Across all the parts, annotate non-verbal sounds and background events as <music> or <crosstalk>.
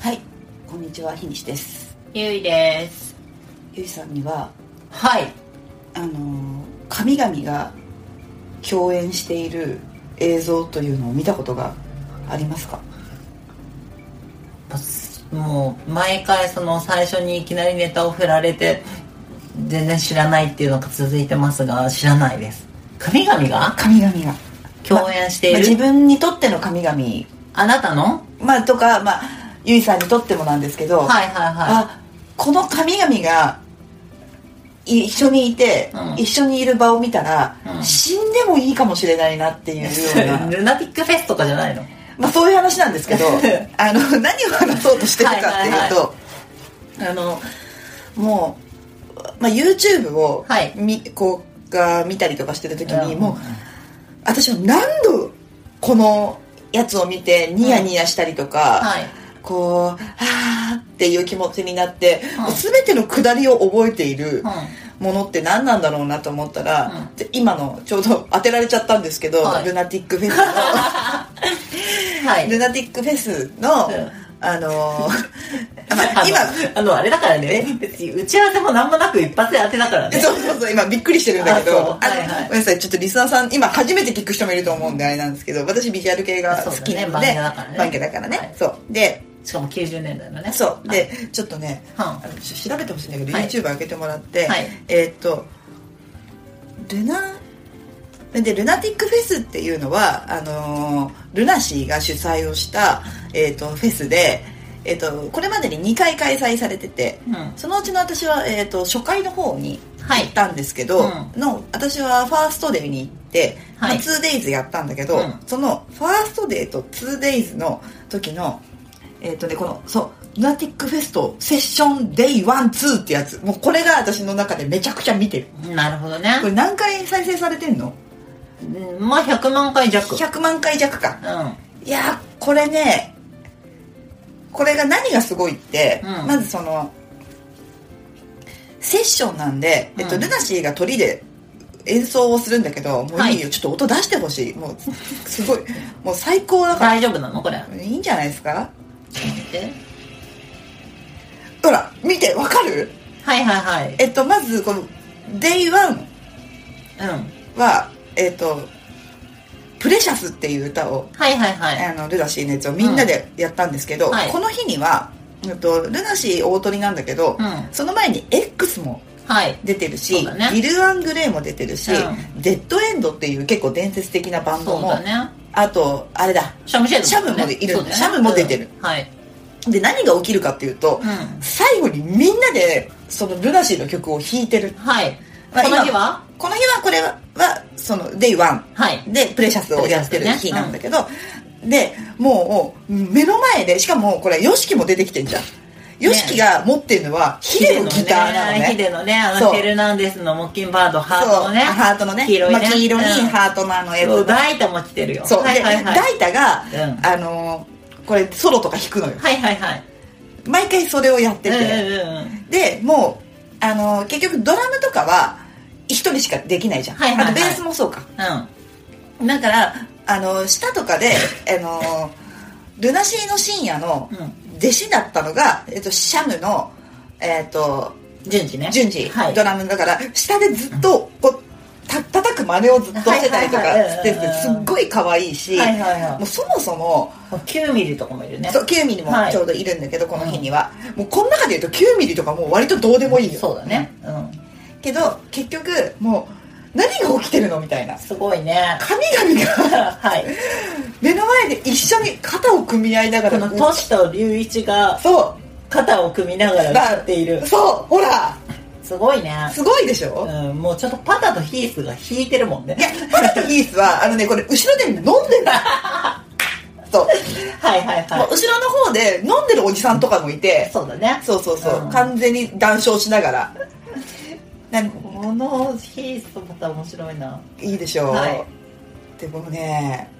はい、こんにちは、ひにしです。ゆいですゆいさんには、はいあのー神々が共演している映像というのを見たことがありますか。もう毎回その最初にいきなりネタを振られて全然知らないっていうのが続いてますが知らないです神々が神々が。共演してまあい自る、分にとっての神々、あなたのまあ、とか、まあ、ゆいさんにとってもなんですけど。はいはあ、この神々が。い一緒にいて、うん一緒にいる場を見たら、うん死んでもいいかもしれないなっていうよいうはない <laughs> ルナティックフェスとかじゃないのまあ、そういう話なんです <laughs> けどあの何を話そうとしてるかっていうとあのもう、まあ、YouTube をはいみ、こうが見たりとかしてる時に、うんもう私は何度このやつを見てニヤニヤしたりとか、はいこう「あー」っていう気持ちになって、うん全てのくだりを覚えている。うものって何なんだろうなと思ったら、うんで今のちょうど当てられちゃったんですけど、はいルナティックフェスのんはいルナティックフェスの、うんあ <laughs> のーまああの今、あのあれだからね別に打ち合わせも何もなく一発で当てだからねそうそうそう、今びっくりしてるんだけど、ああそうのはいはいごめんなさい、ちょっとリスナーさん、今初めて聞く人もいると思うんであれなんですけど、私ビジュアル系が好きなので、そうだね番家だ番家だかからねらねはいそう。で、しかも90年代のねそう。で、ちょっとね、はあのちょ調べてほしいんだけど、はい YouTube 上げてもらって、はいえーっと、ルナ、で、ルナティックフェスっていうのは、あのールナシーが主催をした、えーっと、フェスで、えーっと、これまでに2回開催されてて、んうんそのうちの私は、えー、と初回の方にはい行ったんですけど、うの私はファーストデーに行って、はいまあ、2days やったんだけど、うんそのファーストデーと 2days の時のえっ、とねこのそうルナティックフェストセッションデイ12ってやつもうこれが私の中でめちゃくちゃ見てるなるほどねこれ何回再生されてんのうんまあ100万回弱100万回弱かうんいやーこれねこれが何がすごいって、うんまずそのセッションなんで、えっとうんルナシーが鳥で演奏をするんだけどもういいよ、はちょっと音出してほしいもうすごいもう最高だか大丈夫なのこれらいいんじゃないですかえほら見てわかるはいはいはいえっとまずこの Day1 うんはえっと「プレシャス」っていう歌をはいはいはいあのルナシーのやつをみんなでやったんですけど、うんはいこの日には、えっと、ルナシー大鳥なんだけど、うんその前に X もはい出てるそし、うだねギル・アン・グレイも出てるし、うデッド・エンドっていう結構伝説的なバンドそうも、だねあとあれだシャムシェードシャムもいるそうだねシャムも出てるうんはいで何が起きるかっていうと、う最後にみんなでそのルナシーの曲を弾いてるんはいまあこの日はこの日はこれははその Day1 はいでプレシャスをやってる日なんだけど、でもう目の前でしかもこれ YOSHIKI も出てきてんじゃん YOSHIKI が持ってるのはヒデのギターなのねヒデのねあそのうフェルナンデスのモッキンバードハそうートのねハートのね黄色いねまあ、黄色にうんハートのあのやつそうダイタも来てるよそう、はいはいはいでダイタが、うんあのーこれソロとか弾くのよはいはいはい毎回それをやってて、うんうんうんでもう、あのー結局ドラムとかは一人しかできないじゃん、はいはいはいあとベースもそうかうんだからあの下と <laughs> かで、あのルナシーの深夜のうん弟子だったのが、えっと、シャムの、えっと、順次ね順次、はいドラムだから下でずっとこうた叩く真似をずっとしてたりとかはいはいはいしててすっごい可愛いし、はいはいはいもうそもそも9ミリとかもいるねそう9ミリもはいちょうどいるんだけど、この日には、もうこの中で言うと9ミリとかもう割とどうでもいいよそうだねうんけど結局もう何が起きてるのみたいなすごいね <laughs> 神々がはい目の前で一緒に肩を組み合いながこらのトシと龍一がそ肩を組みながうら歌っているそうほらすごいね、すごいでしょ、うん、もうちょっとパタとヒースが引いてるもんねいやパラとヒースはあのねこれ後ろで飲んで <laughs> るそう、はいはいもはう後ろの方で飲んでるおじさんとかもいいてそうだねそうそうそう、うん完全に談笑しながらなんこのヒースとまた面白いないいでしょう、はいでもね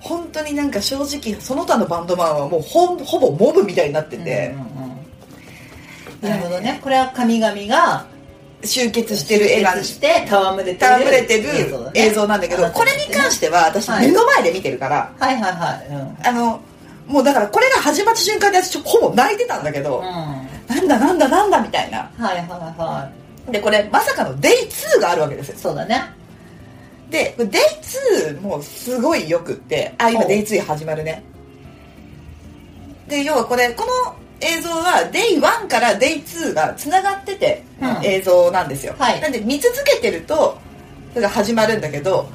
本当になんか正直その他のバンドマンはもうほんほぼモブみたいになっててう、んうんうんなるほどねこれは神々が集結してる映画集結して戯れてる戯れてる映像なんだけど、これに関しては私はい目の前で見てるから、はいはいはい、うんあのもうだからこれが始まった瞬間で私ちょほぼ泣いてたんだけど、はなんだなんだなんだみたいないはいはでこれまさかの Day2 があるわけですよいそうだねで Day2 もうすごいよくってあ今ほう Day2 始まるねで要はこれこの映像は Day1 から Day2 がつながってて、うん映像なんですよ、はいなんで見続けてるとそれが始まるんだけど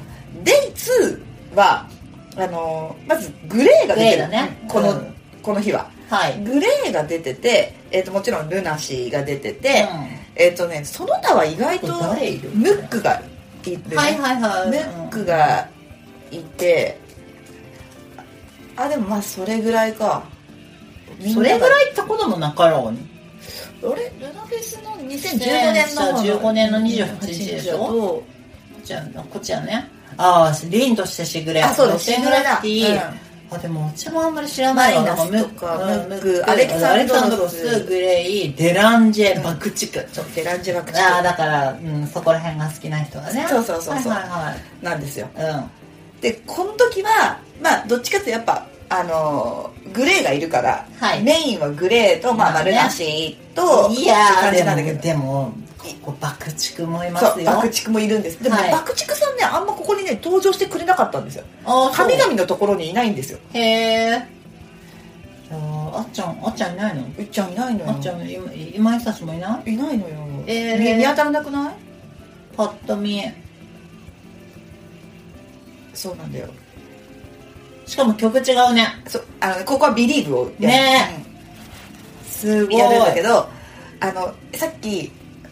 Day2 はあのーまずグレーが出てグレーる、だねこの、うんこの日ははいグレーが出てて、えー、ともちろんルナシーが出てて、えっ、とねその他は意外と誰いるムックがいる、ねはいはいはいムックがいてあでもまあそれぐらいかそれぐいらい行ったこともなかろうにあれルナフェスの2015年の2015年の28日でしょこっちやねこっちやねああ凛としてしぐれあそうだロシェしぐグれラだフティあでもうちもあんまり知らないわマイナスなんとかうんムックアレキサンドロスアレキグレイデランジェ、バクチクちょっとデランジェバクチああだから、うん、そこら辺が好きな人がねそうそうそうそうはいはなんですよいはい、うんでこの時はまあどっちかっていうとやっぱあのーグレーがいるから、はいメインはグレーと、まあ、まあ丸ねなしといやっーていう感じでなんだけもどでもここ爆竹もいまそすうよ爆竹もいるんですでも、はい爆竹さんねあんまここにね登場してくれなかったんですよあーそう神々のところにいないんですよへえあっちゃんあっちゃんいないのうっちゃんいないのよあっちゃん今今井久志もいないいないのよ、えーみ見当たらなくないパッと見そうなんだよしかも曲違うねそうあのここはビリーブをやるねうんすごいやるんだけどあのさっき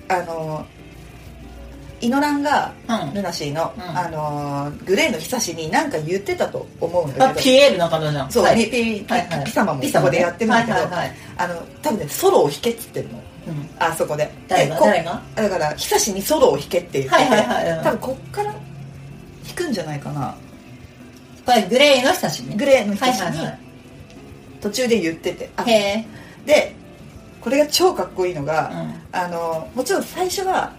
あのイノランがうんルナシーの、うんあのーグレーの久しに何か言ってたと思うんだあけどピエールの方じゃんそう、はいねピピはいはいピ様もそこでやってるんだけど、はいはいはいあの多分ねソロを弾けっつってるのうんあそこで誰でがこ誰がだから久しにソロを弾けって言ってて、はいはいはいうん多分こっから弾くんじゃないかなこれグレーの久しねグレーのはい久しはいには途中で言ってて、あいへでこれが超かっこいいのえが、うんあのもちろん最初は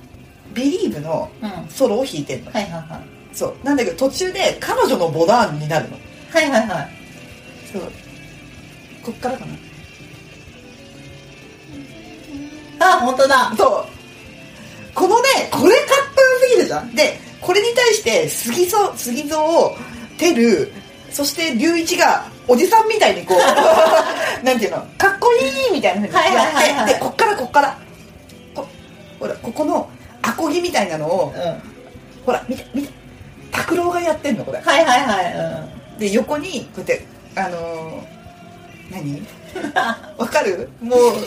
「ビリーブのうんはいソロを弾いてんの、はいはそうなんだけど途中で彼女のボダンになるのいはいはいはいそうこっからかなあ本当だそうこのねこれかっこよすぎるじゃんでこれに対して杉蔵杉蔵をてるそして龍一がおじさんみたいにこう <laughs> なんていうのかっこいいみたいなふうにやって、はいはいはいはいでこっからこっからこほらここのアコギみたいなのをうんはほら見て見て拓郎がやってんのこれいはいはいで横にこうやってあのー、 <laughs> 何わかるもううん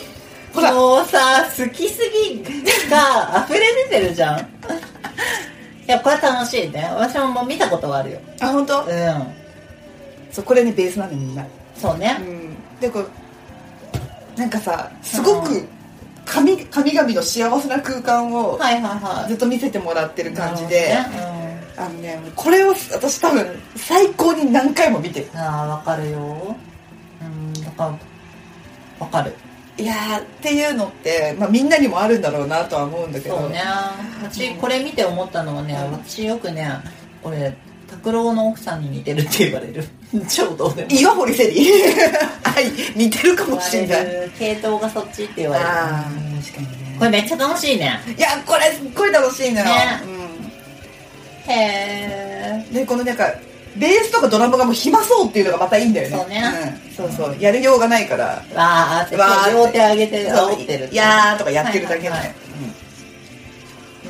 ほらもうさ好きすぎが溢れ出てるじゃん <laughs> いやこれ楽しいね私ももう見たことがあるよあ本当う？んそうこれねベースなのにみんなそうねでこうなんかさすごく神神々の幸せな空間をはいはいはずっいと見せてもらってる感じで、なるほどねあのねこれを私多分最高に何回も見てるうんああわかるようんだからわかるいやーっていうのって、まあ、みんなにもあるんだろうなとは思うんだけどそうね私これ見て思ったのはね、うん私よくねこれ拓郎の奥さんに似てるって言わ <laughs> れる超どうでもいい岩堀セ <laughs> リはい似てるか言もわしれないれる系統がそっちって言われるあー確かにこねれめっちゃ楽しいねいやこれすっごい楽しいのよ、ねうんへえでこのなんかベースとかドラムがもう暇そうっていうのがまたいいんだよねそうねうんそうそうやるようがないからわーってわーって両手上げてそう煽ってるいやーとかやってるだけで、はいはいはい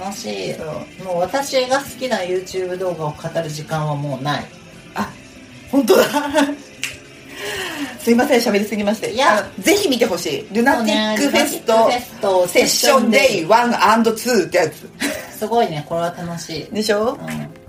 楽しいうんそうもう私が好きな YouTube 動画を語る時間はもうないあ本当だ <laughs> すいません喋りすぎましていやあのぜひ見てほしい「ルナティックフェスそうトねルナティックフェストセッションデイ1&2」ってやつすごいねこれは楽しい、でしょ、うん